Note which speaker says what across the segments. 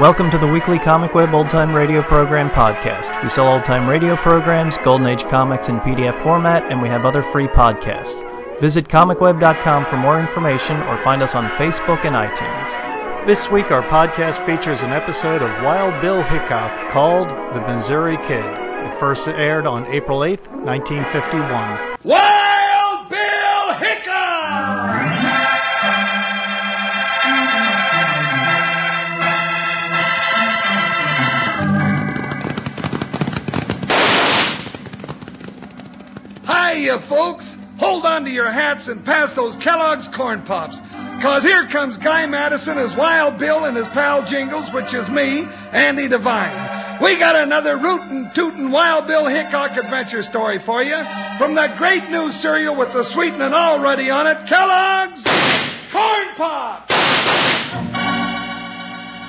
Speaker 1: Welcome to the weekly Comic Web Old Time Radio Program podcast. We sell old time radio programs, Golden Age comics in PDF format, and we have other free podcasts. Visit comicweb.com for more information or find us on Facebook and iTunes. This week, our podcast features an episode of Wild Bill Hickok called The Missouri Kid. It first aired on April 8th, 1951.
Speaker 2: Wild Bill Hickok! Hiya, folks! Hold on to your hats and pass those Kellogg's Corn Pops. Cause here comes Guy Madison as Wild Bill and his pal Jingles, which is me, Andy Devine. We got another rootin' tootin' Wild Bill Hickok adventure story for you from the great new cereal with the sweetening already on it, Kellogg's Corn Pops!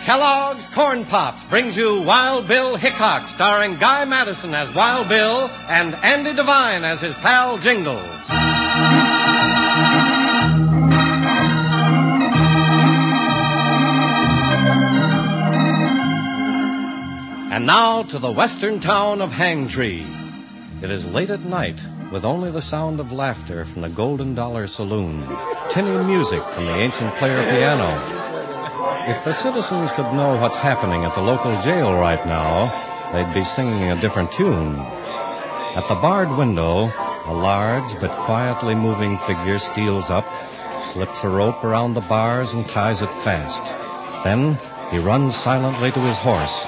Speaker 3: Kellogg's Corn Pops brings you Wild Bill Hickok, starring Guy Madison as Wild Bill and Andy Devine as his pal Jingles. And now to the western town of Hangtree. It is late at night, with only the sound of laughter from the Golden Dollar Saloon, tinny music from the ancient player piano, if the citizens could know what's happening at the local jail right now, they'd be singing a different tune. At the barred window, a large but quietly moving figure steals up, slips a rope around the bars, and ties it fast. Then he runs silently to his horse,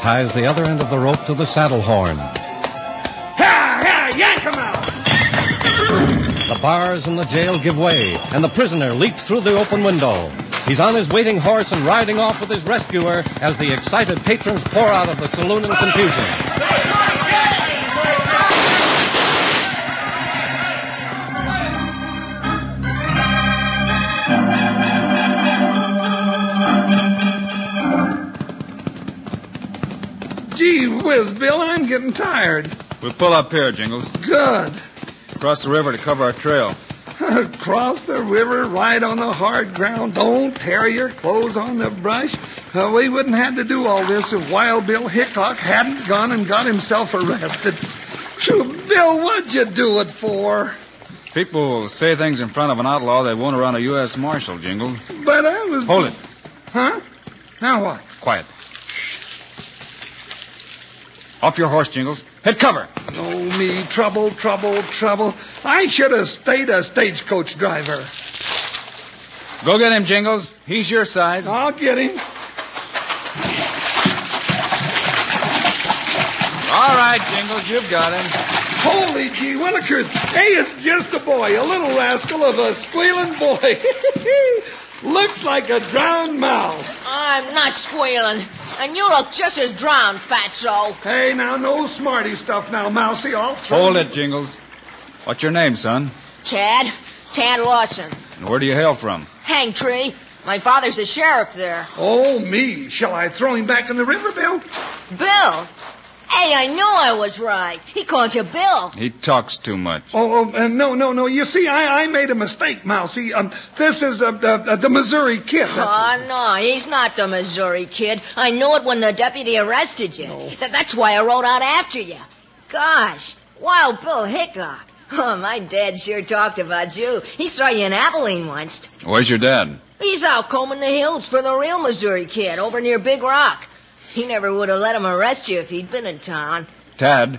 Speaker 3: ties the other end of the rope to the saddle horn.
Speaker 2: Ha! Ha! Yank 'em out!
Speaker 3: The bars in the jail give way, and the prisoner leaps through the open window. He's on his waiting horse and riding off with his rescuer as the excited patrons pour out of the saloon in confusion.
Speaker 2: Gee whiz, Bill, I'm getting tired.
Speaker 4: We'll pull up here, Jingles.
Speaker 2: Good.
Speaker 4: Cross the river to cover our trail.
Speaker 2: Cross the river, ride on the hard ground. Don't tear your clothes on the brush. Uh, we wouldn't have to do all this if Wild Bill Hickok hadn't gone and got himself arrested. Phew, Bill, what'd you do it for?
Speaker 4: People say things in front of an outlaw they won't around a U.S. Marshal, Jingles.
Speaker 2: But I was.
Speaker 4: Hold it.
Speaker 2: Huh? Now what?
Speaker 4: Quiet. Off your horse, Jingles. Head cover.
Speaker 2: Oh, me. Trouble, trouble, trouble. I should have stayed a stagecoach driver.
Speaker 4: Go get him, Jingles. He's your size.
Speaker 2: I'll get him.
Speaker 4: All right, Jingles, you've got him.
Speaker 2: Holy gee willikers. Hey, it's just a boy, a little rascal of a squealing boy. Looks like a drowned mouse.
Speaker 5: I'm not squealing. And you look just as drowned, fatso.
Speaker 2: Hey, now, no smarty stuff now, Mousy. I'll throw
Speaker 4: Hold it, Jingles. What's your name, son?
Speaker 5: Chad? Tad Lawson.
Speaker 4: And where do you hail from?
Speaker 5: Hang tree. My father's a sheriff there.
Speaker 2: Oh, me. Shall I throw him back in the river, Bill?
Speaker 5: Bill? Hey, I knew I was right. He called you Bill.
Speaker 4: He talks too much.
Speaker 2: Oh, oh, uh, no, no, no. You see, I, I made a mistake, Mousy. Um, this is uh, the, uh, the Missouri Kid. That's-
Speaker 5: Oh, no, he's not the Missouri kid. I knew it when the deputy arrested you. Th- that's why I rode out after you. Gosh, Wild Bill Hickok. Oh, my dad sure talked about you. He saw you in Abilene once.
Speaker 4: Where's your dad?
Speaker 5: He's out combing the hills for the real Missouri kid over near Big Rock. He never would have let him arrest you if he'd been in town.
Speaker 4: Tad.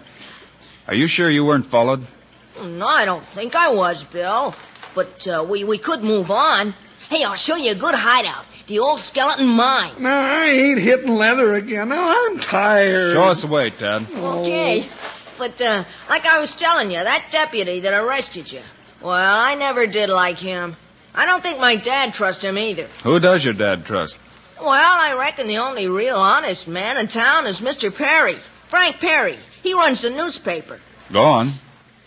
Speaker 4: Are you sure you weren't followed?
Speaker 5: No, I don't think I was, Bill. But uh, we, we could move on. Hey, I'll show you a good hideout. The old skeleton mine.
Speaker 2: Now, I ain't hitting leather again. Now, I'm tired.
Speaker 4: Show us the way, Tad.
Speaker 5: Okay. But uh, like I was telling you, that deputy that arrested you, well, I never did like him. I don't think my dad trusted him either.
Speaker 4: Who does your dad trust?
Speaker 5: Well, I reckon the only real honest man in town is Mr. Perry. Frank Perry. He runs the newspaper.
Speaker 4: Go on.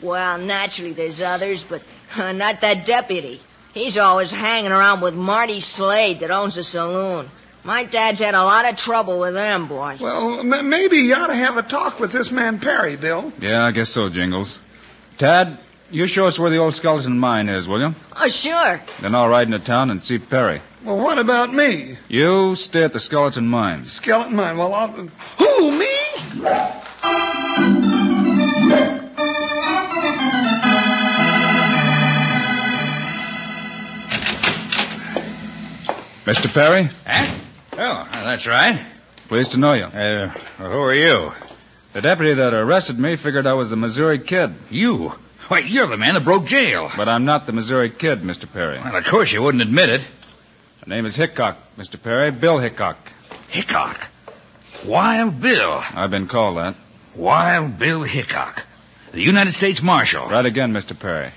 Speaker 5: Well, naturally, there's others, but uh, not that deputy. He's always hanging around with Marty Slade that owns the saloon. My dad's had a lot of trouble with them, boy.
Speaker 2: Well, m- maybe you ought to have a talk with this man, Perry, Bill.
Speaker 4: Yeah, I guess so, Jingles. Tad, You show us where the old skeleton mine is, will you?
Speaker 5: Oh, sure.
Speaker 4: Then I'll ride into town and see Perry.
Speaker 2: Well, what about me?
Speaker 4: You stay at the skeleton mine.
Speaker 2: Skeleton mine. Well, I'll... who me?
Speaker 4: Mr. Perry,
Speaker 6: Huh? Oh, that's right.
Speaker 4: pleased to know you.
Speaker 6: Uh, who are you?
Speaker 4: The deputy that arrested me figured I was the Missouri Kid,
Speaker 6: You? Why, you're the man that broke jail.
Speaker 4: but I'm not the Missouri Kid, Mr. Perry.
Speaker 6: Well, of course you wouldn't admit it.
Speaker 4: My name is Hickok, Mr. Perry. Bill Hickok.
Speaker 6: Hickok. Wild Bill.
Speaker 4: I've been called that.
Speaker 6: Wild Bill Hickok. The United States Marshal.
Speaker 4: Right again, Mr. Perry.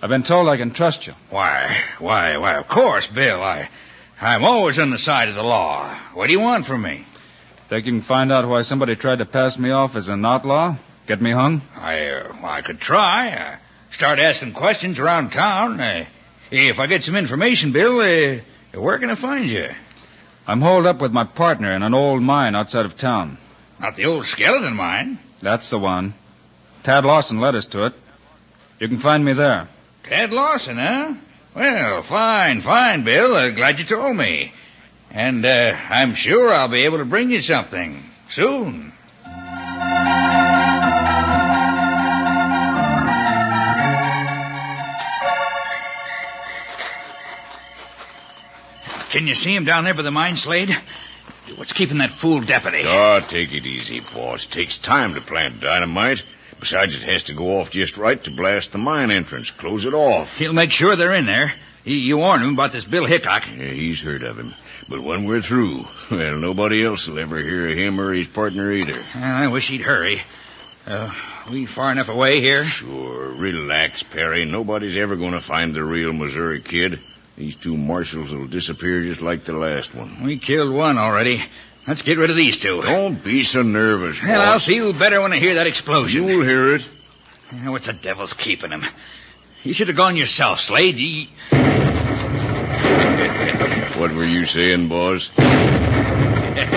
Speaker 4: I've been told I can trust you.
Speaker 6: Why, why, why, of course, Bill. I, I'm always on the side of the law. What do you want from me?
Speaker 4: Think you can find out why somebody tried to pass me off as an outlaw? Get me hung?
Speaker 6: I, uh, I could try. Uh, start asking questions around town. Uh, if I get some information, Bill, uh, where can I find you?
Speaker 4: I'm holed up with my partner in an old mine outside of town.
Speaker 6: Not the old skeleton mine.
Speaker 4: That's the one. Tad Lawson led us to it. You can find me there.
Speaker 6: Ted Lawson, huh? Well, fine, fine, Bill. Uh, glad you told me. And uh, I'm sure I'll be able to bring you something soon. Can you see him down there by the mine slade? What's keeping that fool deputy?
Speaker 7: Oh, take it easy, boss. Takes time to plant dynamite. Besides, it has to go off just right to blast the mine entrance. Close it off.
Speaker 6: He'll make sure they're in there. You, you warned him about this Bill Hickok.
Speaker 7: Yeah, he's heard of him. But when we're through, well, nobody else will ever hear of him or his partner either.
Speaker 6: I wish he'd hurry. Uh, we far enough away here?
Speaker 7: Sure, relax, Perry. Nobody's ever going to find the real Missouri kid. These two marshals will disappear just like the last one.
Speaker 6: We killed one already. Let's get rid of these two.
Speaker 7: Don't be so nervous,
Speaker 6: Hell, I'll
Speaker 7: boss.
Speaker 6: feel better when I hear that explosion.
Speaker 7: You'll hear it.
Speaker 6: Now, What's the devil's keeping him? You should have gone yourself, Slade. You-
Speaker 7: What were you saying, boss?
Speaker 6: Yeah,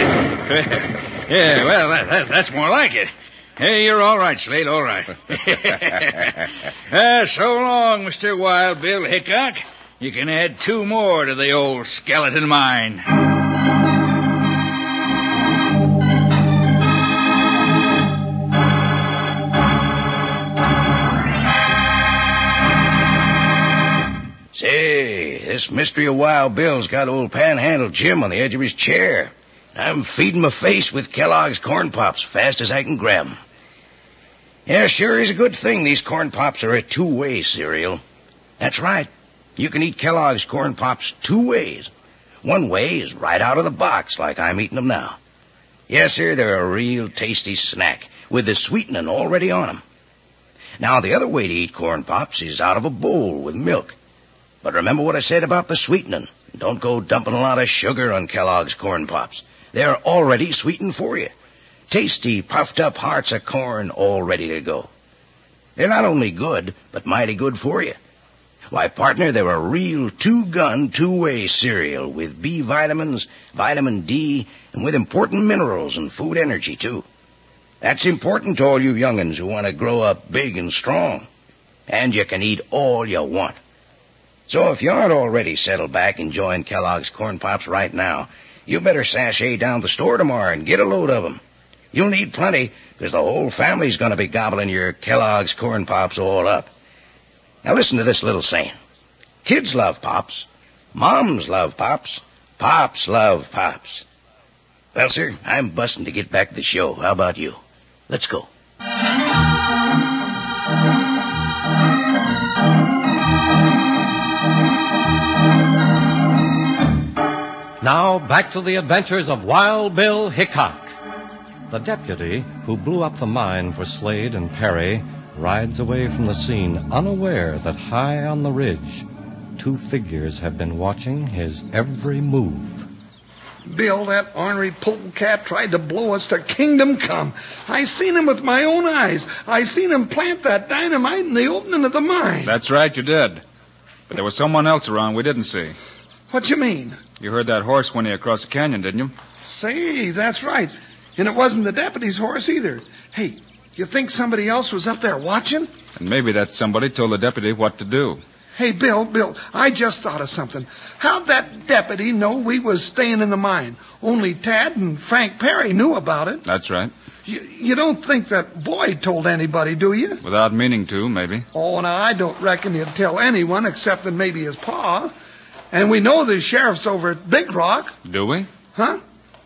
Speaker 6: well, that, that, that's more like it. Hey, you're all right, Slade, all right. uh, so long, Mr. Wild Bill Hickok. You can add two more to the old skeleton mine.
Speaker 7: Say, this mystery of Wild Bill's got old Panhandle Jim on the edge of his chair. I'm feeding my face with Kellogg's corn pops fast as I can grab 'em. Yeah, sure is a good thing these corn pops are a two-way cereal. That's right. You can eat Kellogg's corn pops two ways. One way is right out of the box, like I'm eating 'em now. Yes, sir, they're a real tasty snack, with the sweetening already on 'em. Now, the other way to eat corn pops is out of a bowl with milk. But remember what I said about the sweetening. Don't go dumping a lot of sugar on Kellogg's corn pops. They're already sweetened for you. Tasty, puffed up hearts of corn all ready to go. They're not only good, but mighty good for you. Why, partner, they're a real two-gun, two-way cereal with B vitamins, vitamin D, and with important minerals and food energy, too. That's important to all you young'uns who want to grow up big and strong. And you can eat all you want. So if you aren't already settled back enjoying Kellogg's Corn Pops right now, you better sashay down to the store tomorrow and get a load of 'em. You'll need plenty, 'cause the whole family's going to be gobbling your Kellogg's Corn Pops all up. Now listen to this little saying. Kids love Pops. Moms love Pops. Pops love Pops. Well, sir, I'm busting to get back to the show. How about you? Let's go.
Speaker 3: Now back to the adventures of Wild Bill Hickok. The deputy who blew up the mine for Slade and Perry rides away from the scene unaware that high on the ridge, two figures have been watching his every move.
Speaker 2: Bill, that ornery polecat tried to blow us to kingdom come. I seen him with my own eyes. I seen him plant that dynamite in the opening of the mine.
Speaker 4: That's right, you did. But there was someone else around we didn't see.
Speaker 2: What you mean?
Speaker 4: You heard that horse whinny across the canyon, didn't you?
Speaker 2: Say, that's right. And it wasn't the deputy's horse either. Hey, You think somebody else was up there watching?
Speaker 4: And maybe that somebody told the deputy what to do.
Speaker 2: Hey, Bill, Bill, I just thought of something. How'd that deputy know we was staying in the mine? Only Tad and Frank Perry knew about it.
Speaker 4: That's right.
Speaker 2: You, you don't think that boy told anybody, do you?
Speaker 4: Without meaning to, maybe.
Speaker 2: Oh, now I don't reckon he'd tell anyone except that maybe his pa. And we know the sheriff's over at Big Rock,
Speaker 4: Do we?
Speaker 2: huh?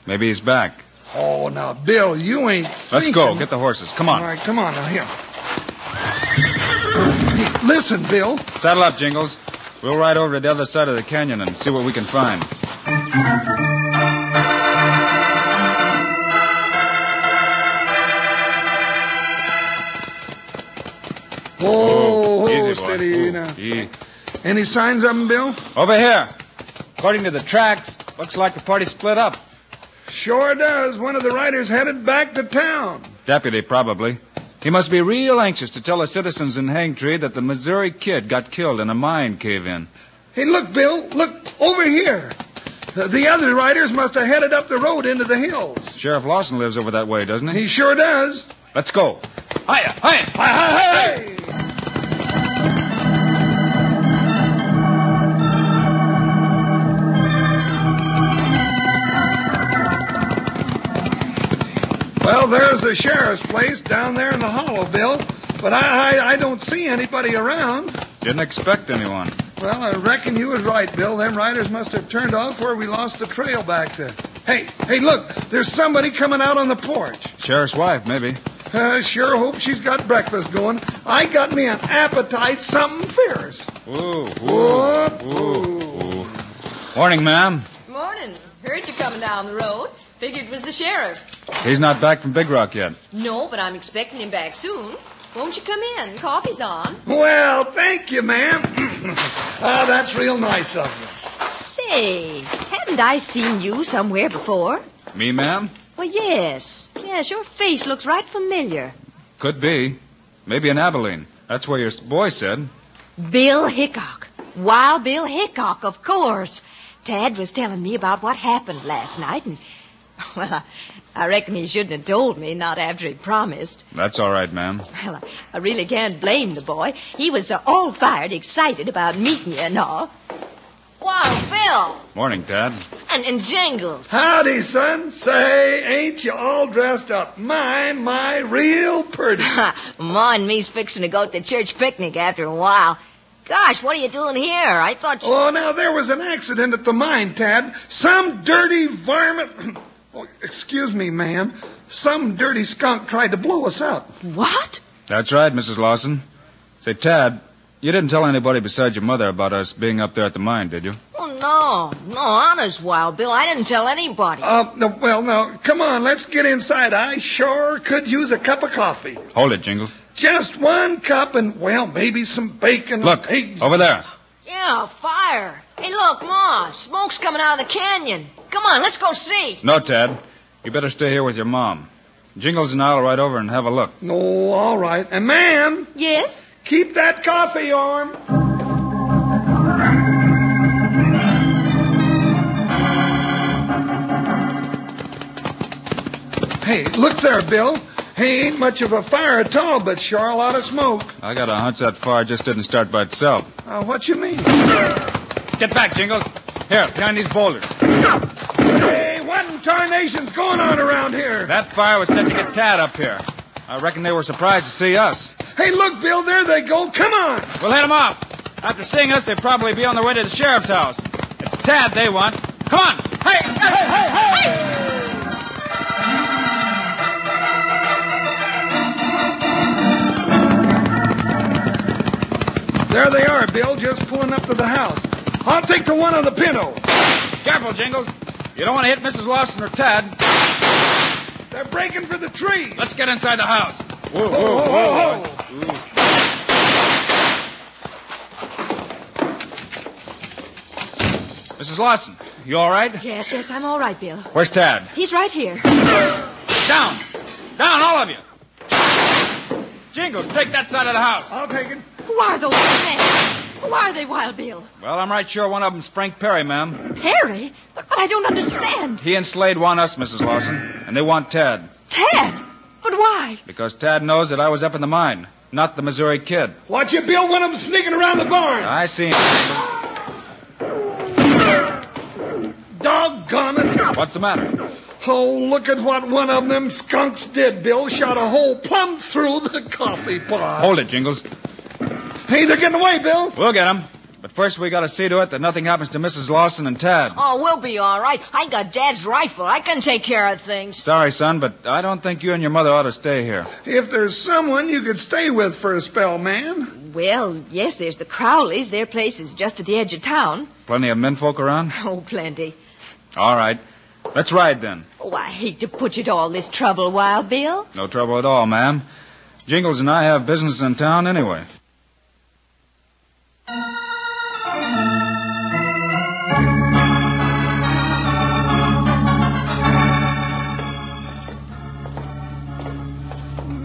Speaker 4: Maybe he's back.
Speaker 2: Oh, now, Bill, you ain't
Speaker 4: Let's go.
Speaker 2: thinking-
Speaker 4: Get the horses. Come
Speaker 2: All
Speaker 4: on.
Speaker 2: right, come on now, here. Hey, Listen, Bill.
Speaker 4: Saddle up, Jingles. We'll ride over to the other side of the canyon and see what we can find.
Speaker 2: Whoa, whoa,
Speaker 4: Oh, easy, boy.
Speaker 2: steady
Speaker 4: Ooh,
Speaker 2: now.
Speaker 4: gee.
Speaker 2: Any signs of him, Bill?
Speaker 4: Over here. According to the tracks, looks like the party split up.
Speaker 2: Sure does. One of the riders headed back to town.
Speaker 4: Deputy, probably. He must be real anxious to tell the citizens in Hangtree that the Missouri kid got killed in a mine cave-in.
Speaker 2: Hey, look, Bill, look over here. The, the other riders must have headed up the road into the hills.
Speaker 4: Sheriff Lawson lives over that way, doesn't he?
Speaker 2: He sure does.
Speaker 4: Let's go. Hiya, hiya, hiya, hiya, hiya.
Speaker 2: Hey! Well, there's the sheriff's place down there in the hollow, Bill. But I, I, I don't see anybody around.
Speaker 4: Didn't expect anyone.
Speaker 2: Well, I reckon you was right, Bill. Them riders must have turned off where we lost the trail back there. Hey, hey, look, there's somebody coming out on the porch.
Speaker 4: Sheriff's wife, maybe.
Speaker 2: Uh, sure hope she's got breakfast going. I got me an appetite, something fierce.
Speaker 4: Ooh,
Speaker 2: Whoop,
Speaker 4: ooh, ooh. Morning, ma'am.
Speaker 5: Morning. Heard you coming down the road. Figured it was the sheriff.
Speaker 4: He's not back from Big Rock yet.
Speaker 5: No, but I'm expecting him back soon. Won't you come in? Coffee's on.
Speaker 2: Well, thank you, ma'am. Ah, that's real nice of
Speaker 5: Say, haven't I seen you somewhere before?
Speaker 4: Me, ma'am?
Speaker 5: Well, yes. Yes, your face looks right familiar.
Speaker 4: Could be. Maybe in Abilene. That's where your boy said.
Speaker 5: Bill Hickok. Wild Bill Hickok, of course. Tad was telling me about what happened last night, and, well, I, I reckon he shouldn't have told me, not after he promised.
Speaker 4: That's all right, ma'am.
Speaker 5: Well, I, I really can't blame the boy. He was uh, all fired, excited about meeting you and all. Wild Bill!
Speaker 4: Morning, Tad.
Speaker 5: And, and Jingles.
Speaker 2: you. Howdy, son. Say, ain't you all dressed up? My, my, real pretty.
Speaker 5: Ma and me's fixing to go to the church picnic after a while. Gosh, what are you doing here? I thought you...
Speaker 2: Oh, now there was an accident at the mine, Tad. Some dirty varmint. Oh, excuse me, ma'am. Some dirty skunk tried to blow us up.
Speaker 5: What?
Speaker 4: That's right, Mrs. Lawson. Say, Tad, you didn't tell anybody besides your mother about us being up there at the mine, did you?
Speaker 5: Oh, no. No, honest, Wild Bill. I didn't tell anybody.
Speaker 2: Uh, no, well, now, come on, let's get inside. I sure could use a cup of coffee.
Speaker 4: Hold it, Jingles.
Speaker 2: Just one cup and, well, maybe some bacon.
Speaker 4: Look,
Speaker 2: eggs.
Speaker 4: over there.
Speaker 5: Yeah, fire. Hey, look, Ma. Smoke's coming out of the canyon. Come on, let's go see.
Speaker 4: No, Tad. You better stay here with your mom. Jingles and I'll ride over and have a look.
Speaker 2: No, all right. And, ma'am,
Speaker 5: Yes?
Speaker 2: keep that coffee arm. Hey, look there, Bill. Hey, ain't much of a fire at all, but sure a lot of smoke.
Speaker 4: I got a hunch that fire just didn't start by itself.
Speaker 2: Uh, what you mean?
Speaker 4: Get back, Jingles. Here, behind these boulders.
Speaker 2: Hey, what in tarnation's going on around here?
Speaker 4: That fire was set to get Tad up here. I reckon they were surprised to see us.
Speaker 2: Hey, look, Bill, there they go. Come on.
Speaker 4: We'll hit 'em off. After seeing us, they'd probably be on their way to the sheriff's house. It's Tad they want. Come on. Hey, hey, hey, hey, hey!
Speaker 2: There they are, Bill, just pulling up to the house. I'll take the one on the pinto.
Speaker 4: Careful, Jingles. You don't want to hit Mrs. Lawson or Tad.
Speaker 2: They're breaking for the tree.
Speaker 4: Let's get inside the house. Whoa,
Speaker 2: Ho, ho, ho, ho.
Speaker 4: Mrs. Lawson, you all right?
Speaker 5: Yes, yes, I'm all right, Bill.
Speaker 4: Where's Tad?
Speaker 5: He's right here.
Speaker 4: Down. Down, all of you. Jingles, take that side of the house.
Speaker 2: I'll take it.
Speaker 5: Who are those men? Who are they, Wild Bill?
Speaker 4: Well, I'm right sure one of them's Frank Perry, ma'am.
Speaker 5: Harry? But, but I don't understand.
Speaker 4: He and Slade want us, Mrs. Lawson, and they want Tad.
Speaker 5: Ted? But
Speaker 8: why?
Speaker 4: Because Tad knows that I was up in the mine, not the Missouri Kid.
Speaker 2: Watch you, Bill, one of 'em sneaking around the barn.
Speaker 4: I see
Speaker 2: Doggone it.
Speaker 4: What's the matter?
Speaker 2: Oh, look at what one of them skunks did, Bill. Shot a hole plumb through the coffee pot.
Speaker 4: Hold it, Jingles.
Speaker 2: Hey, they're getting away, Bill.
Speaker 4: We'll get him. But first, we gotta see to it that nothing happens to Mrs. Lawson and Tad.
Speaker 5: Oh, we'll be all right. I got Dad's rifle. I can take care of things.
Speaker 4: Sorry, son, but I don't think you and your mother ought to stay here.
Speaker 2: If there's someone you could stay with for a spell, man.
Speaker 5: Well, yes, there's the Crowleys. Their place is just at the edge of town.
Speaker 4: Plenty of menfolk around?
Speaker 5: Oh, plenty.
Speaker 4: All right. Let's ride then.
Speaker 5: Oh, I hate to put you to all this trouble, Wild Bill.
Speaker 4: No trouble at all, ma'am. Jingles and I have business in town anyway.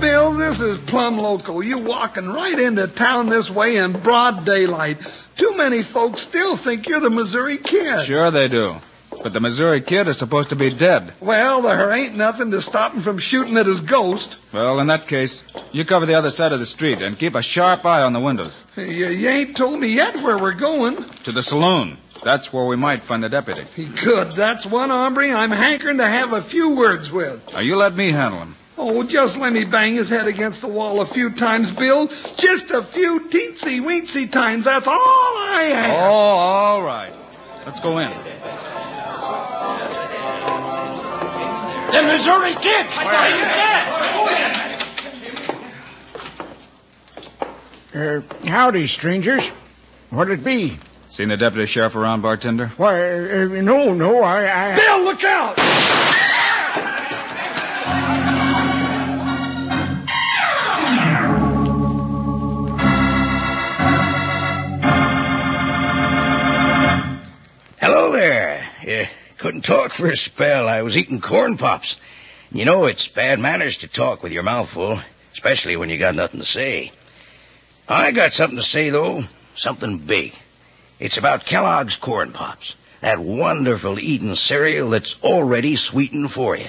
Speaker 2: Bill, this is plumb local. You walking right into town this way in broad daylight. Too many folks still think you're the Missouri Kid.
Speaker 4: Sure they do. But the Missouri Kid is supposed to be dead.
Speaker 2: Well, there ain't nothing to stop him from shooting at his ghost.
Speaker 4: Well, in that case, you cover the other side of the street and keep a sharp eye on the windows.
Speaker 2: You, you ain't told me yet where we're going.
Speaker 4: To the saloon. That's where we might find the deputy.
Speaker 2: Good, that's one hombre I'm hankering to have a few words with.
Speaker 4: Now, you let me handle him.
Speaker 2: Oh, just let me bang his head against the wall a few times, Bill. Just a few teensy weensy times. That's all I
Speaker 4: Oh,
Speaker 2: ask.
Speaker 4: all right. Let's go in.
Speaker 6: The Missouri Kid. I thought he was
Speaker 9: Uh, howdy, strangers. What'd it be?
Speaker 4: Seen the deputy sheriff around, bartender?
Speaker 9: Why, uh, no, no, I, I...
Speaker 2: Bill, look out!
Speaker 7: Hello there. Yeah, couldn't talk for a spell. I was eating corn pops. You know, it's bad manners to talk with your mouth full, especially when you got nothing to say. I got something to say, though. Something big. It's about Kellogg's Corn Pops. That wonderful eating cereal that's already sweetened for you.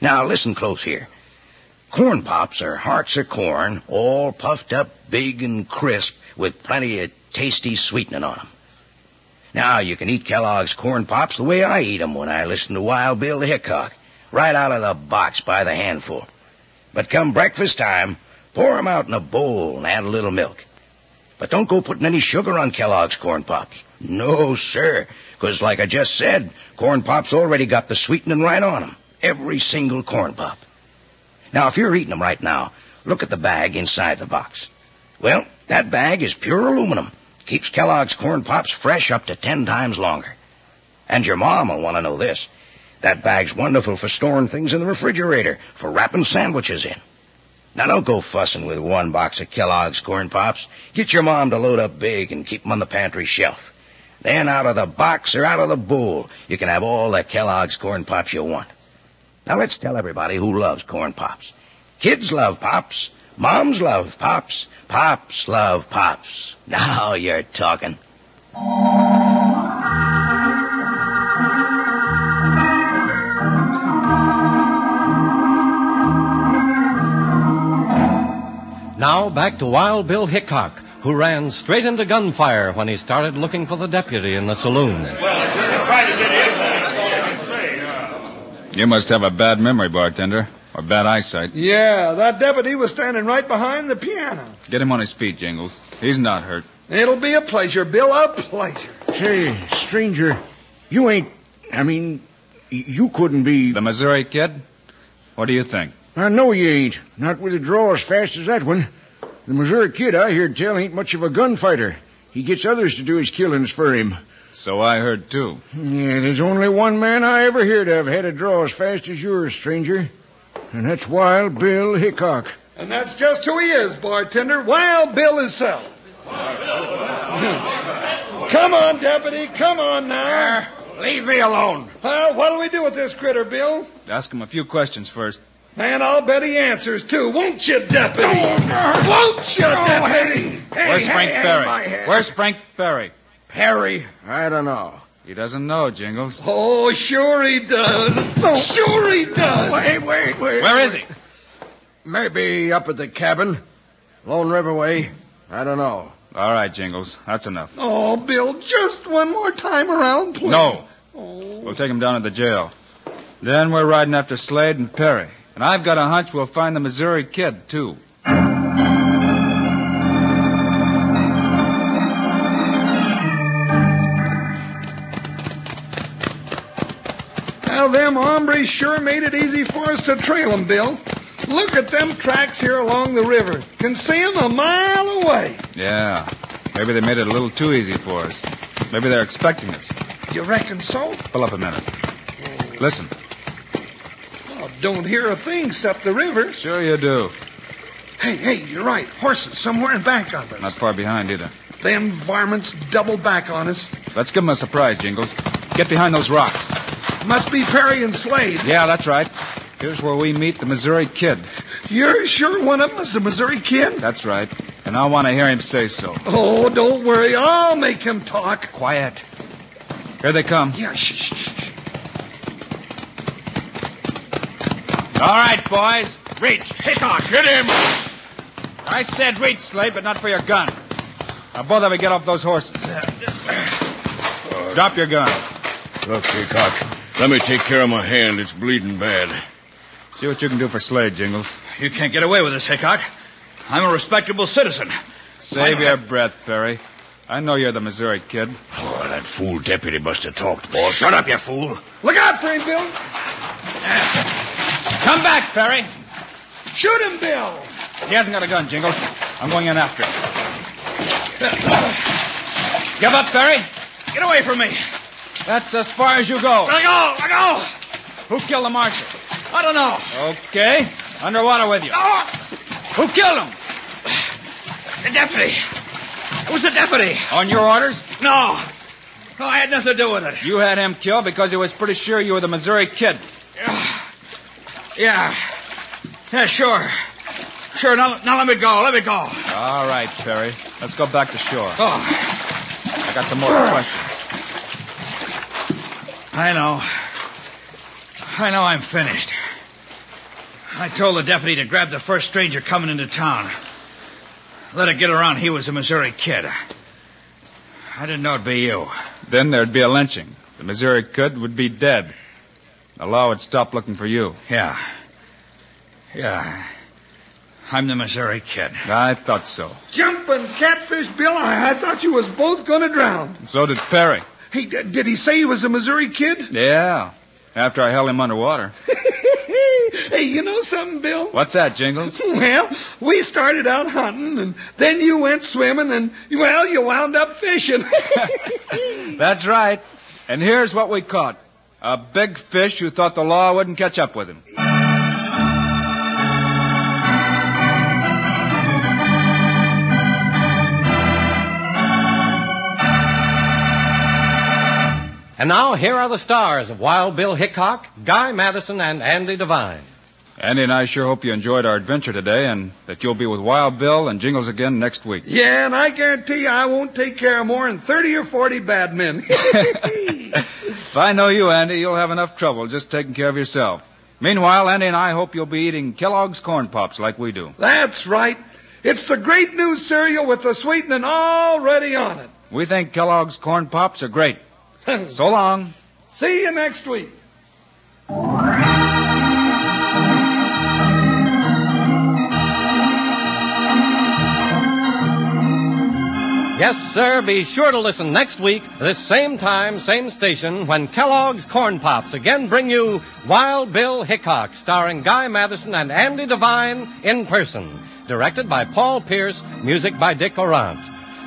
Speaker 7: Now, listen close here. Corn Pops are hearts of corn, all puffed up big and crisp with plenty of tasty sweetening on 'em. Now you can eat Kellogg's corn pops the way I eat 'em when I listen to Wild Bill Hickok, right out of the box by the handful. But come breakfast time, pour 'em out in a bowl and add a little milk. But don't go putting any sugar on Kellogg's corn pops. No, sir, 'cause like I just said, corn pops already got the sweetening right on 'em. Every single corn pop. Now, if you're eating 'em right now, look at the bag inside the box. Well, that bag is pure aluminum. Keeps Kellogg's Corn Pops fresh up to ten times longer. And your mom will want to know this. That bag's wonderful for storing things in the refrigerator, for wrapping sandwiches in. Now don't go fussing with one box of Kellogg's Corn Pops. Get your mom to load up big and keep 'em on the pantry shelf. Then out of the box or out of the bowl, you can have all the Kellogg's Corn Pops you want. Now let's tell everybody who loves Corn Pops. Kids love Pops. Moms love Pops. Pops love Pops. Now you're talking.
Speaker 3: Now back to Wild Bill Hickok, who ran straight into gunfire when he started looking for the deputy in the saloon.
Speaker 4: You must have a bad memory, bartender, or bad eyesight.
Speaker 2: Yeah, that deputy was standing right behind the piano.
Speaker 4: Get him on his feet, Jingles. He's not hurt.
Speaker 2: It'll be a pleasure, Bill, a pleasure.
Speaker 9: Say, stranger, you ain't... I mean, y- you couldn't be...
Speaker 4: The Missouri Kid? What do you think?
Speaker 9: I know you ain't. Not with a draw as fast as that one. The Missouri kid I hear tell ain't much of a gunfighter. He gets others to do his killings for him.
Speaker 4: So I heard, too.
Speaker 9: Yeah, there's only one man I ever heard of had a draw as fast as yours, stranger. And that's Wild Bill Hickok.
Speaker 2: And that's just who he is, bartender. Wild Bill himself. come on, deputy, come on now.
Speaker 6: Leave me alone.
Speaker 2: Well, what'll we do with this critter, Bill?
Speaker 4: Ask him a few questions first.
Speaker 2: Man, I'll bet he answers too. Won't you, deputy? Won't you, deputy? Hey,
Speaker 4: Where's
Speaker 2: hey,
Speaker 4: Frank
Speaker 2: hey, my
Speaker 4: Berry?
Speaker 2: head.
Speaker 4: Where's Frank Berry?
Speaker 6: Perry.
Speaker 9: I don't know.
Speaker 4: He doesn't know, Jingles.
Speaker 2: Oh, sure he does. Sure he does.
Speaker 6: Wait, wait, wait.
Speaker 4: Where is he?
Speaker 2: Maybe up at the cabin. Lone River way. I don't know.
Speaker 4: All right, Jingles. That's enough.
Speaker 2: Oh, Bill, just one more time around, please.
Speaker 4: No.
Speaker 2: Oh.
Speaker 4: We'll take him down to the jail. Then we're riding after Slade and Perry. And I've got a hunch we'll find the Missouri Kid, too.
Speaker 2: Now, them hombres sure made it easy for us to trail 'em, Bill. Look at them tracks here along the river. Can see 'em a mile away.
Speaker 4: Yeah. Maybe they made it a little too easy for us. Maybe they're expecting us.
Speaker 2: You reckon so?
Speaker 4: Pull up a minute. Listen.
Speaker 2: Oh, don't hear a thing except the river.
Speaker 4: Sure you do.
Speaker 2: Hey, hey, you're right. Horses somewhere in back of us.
Speaker 4: Not far behind either.
Speaker 2: Them varmints double back on us.
Speaker 4: Let's give them a surprise, Jingles. Get behind those rocks.
Speaker 2: Must be Perry and Slade.
Speaker 4: Yeah, that's right. Here's where we meet the Missouri Kid.
Speaker 2: You're sure one of 'em is the Missouri Kid?
Speaker 4: That's right. And I want to hear him say so.
Speaker 2: Oh, don't worry. I'll make him talk.
Speaker 4: Quiet. Here they come.
Speaker 2: Yeah, shh, shh, shh.
Speaker 4: All right, boys. Reach. Hickok, hit him. I said reach, Slade, but not for your gun. Now, both of you get off those horses. Drop your gun.
Speaker 8: Look, Peacock, let me take care of my hand. It's bleeding bad.
Speaker 4: See what you can do for Slade, Jingles.
Speaker 7: You can't get away with this, Hickok. I'm a respectable citizen.
Speaker 4: Save your breath, Perry. I know you're the Missouri Kid.
Speaker 7: Oh, that fool deputy must have talked, boss. Shut up, you fool.
Speaker 2: Look out for him, Bill.
Speaker 4: Come back, Perry.
Speaker 2: Shoot him, Bill.
Speaker 4: He hasn't got a gun, Jingles. I'm going in after him. Give up, Perry.
Speaker 7: Get away from me.
Speaker 4: That's as far as you go.
Speaker 7: Let go. Let go.
Speaker 4: Who killed the marshal?
Speaker 7: I don't know.
Speaker 4: Okay. Underwater with you.
Speaker 7: Oh,
Speaker 4: Who killed him?
Speaker 7: the deputy. It was the deputy.
Speaker 4: On your orders?
Speaker 7: No. No, I had nothing to do with it.
Speaker 4: You had him killed because he was pretty sure you were the Missouri Kid.
Speaker 7: Yeah. Yeah, sure. Sure, now, now let me go. Let me go.
Speaker 4: All right, Perry. Let's go back to shore.
Speaker 7: Oh.
Speaker 4: I got some more questions.
Speaker 7: I know. I know I'm finished. I told the deputy to grab the first stranger coming into town. Let it get around he was a Missouri kid. I didn't know it'd be you.
Speaker 4: Then there'd be a lynching. The Missouri Kid would be dead. The law would stop looking for you.
Speaker 7: Yeah. Yeah. I'm the Missouri kid.
Speaker 4: I thought so.
Speaker 2: Jumping catfish, Bill. I, I thought you was both going to drown.
Speaker 4: So did Perry.
Speaker 2: Hey, d- did he say he was a Missouri Kid?
Speaker 4: Yeah. After I held him underwater.
Speaker 2: hey, you know something, Bill?
Speaker 4: What's that, Jingles?
Speaker 2: Well, we started out hunting, and then you went swimming, and, well, you wound up fishing.
Speaker 4: That's right. And here's what we caught a big fish who thought the law wouldn't catch up with him.
Speaker 3: And now here are the stars of Wild Bill Hickok, Guy Madison, and Andy Devine.
Speaker 4: Andy and I sure hope you enjoyed our adventure today and that you'll be with Wild Bill and Jingles again next week.
Speaker 2: yeah, and I guarantee you I won't take care of more than 30 or 40 bad men.
Speaker 4: If I know you, Andy, you'll have enough trouble just taking care of yourself. Meanwhile, Andy and I hope you'll be eating Kellogg's Corn Pops like we do.
Speaker 2: That's right. It's the great new cereal with the sweetening already on it.
Speaker 4: We think Kellogg's Corn Pops are great. So long.
Speaker 2: See you next week.
Speaker 3: Yes, sir, be sure to listen next week, this same time, same station, when Kellogg's Corn Pops again bring you Wild Bill Hickok, starring Guy Madison and Andy Devine in person. Directed by Paul Pierce, music by Dick Orant.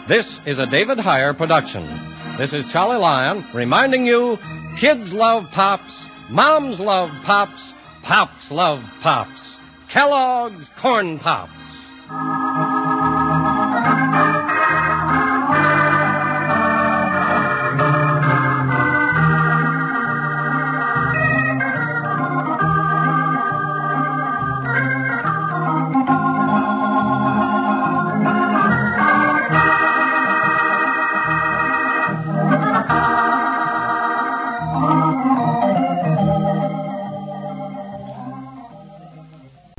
Speaker 3: This is a David Heyer production. This is Charlie Lyon reminding you kids love pops, moms love pops, pops love pops. Kellogg's Corn Pops.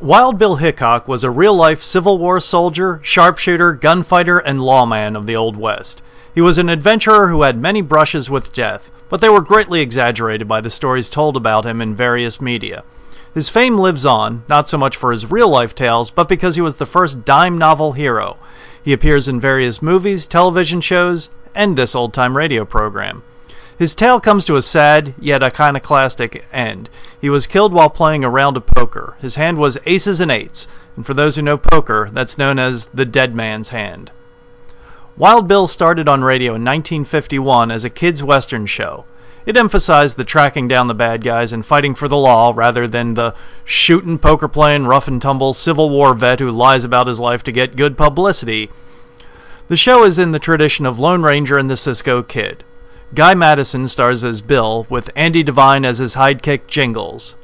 Speaker 1: Wild Bill Hickok was a real life Civil War soldier, sharpshooter, gunfighter, and lawman of the Old West. He was an adventurer who had many brushes with death, but they were greatly exaggerated by the stories told about him in various media. His fame lives on, not so much for his real life tales, but because he was the first dime novel hero. He appears in various movies, television shows, and this old time radio program. His tale comes to a sad, yet iconoclastic end. He was killed while playing a round of poker. His hand was aces and eights, and for those who know poker, that's known as the dead man's hand. Wild Bill started on radio in 1951 as a kids' western show. It emphasized the tracking down the bad guys and fighting for the law rather than the shootin', poker playing, rough and tumble Civil War vet who lies about his life to get good publicity. The show is in the tradition of Lone Ranger and the Cisco Kid. Guy Madison stars as Bill, with Andy Devine as his sidekick Jingles.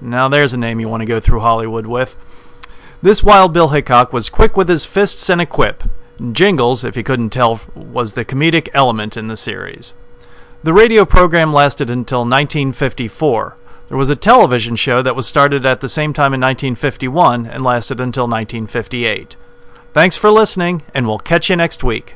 Speaker 1: Now there's a name you want to go through Hollywood with. This Wild Bill Hickok was quick with his fists and a quip. Jingles, if you couldn't tell, was the comedic element in the series. The radio program lasted until 1954. There was a television show that was started at the same time in 1951 and lasted until 1958. Thanks for listening, and we'll catch you next week.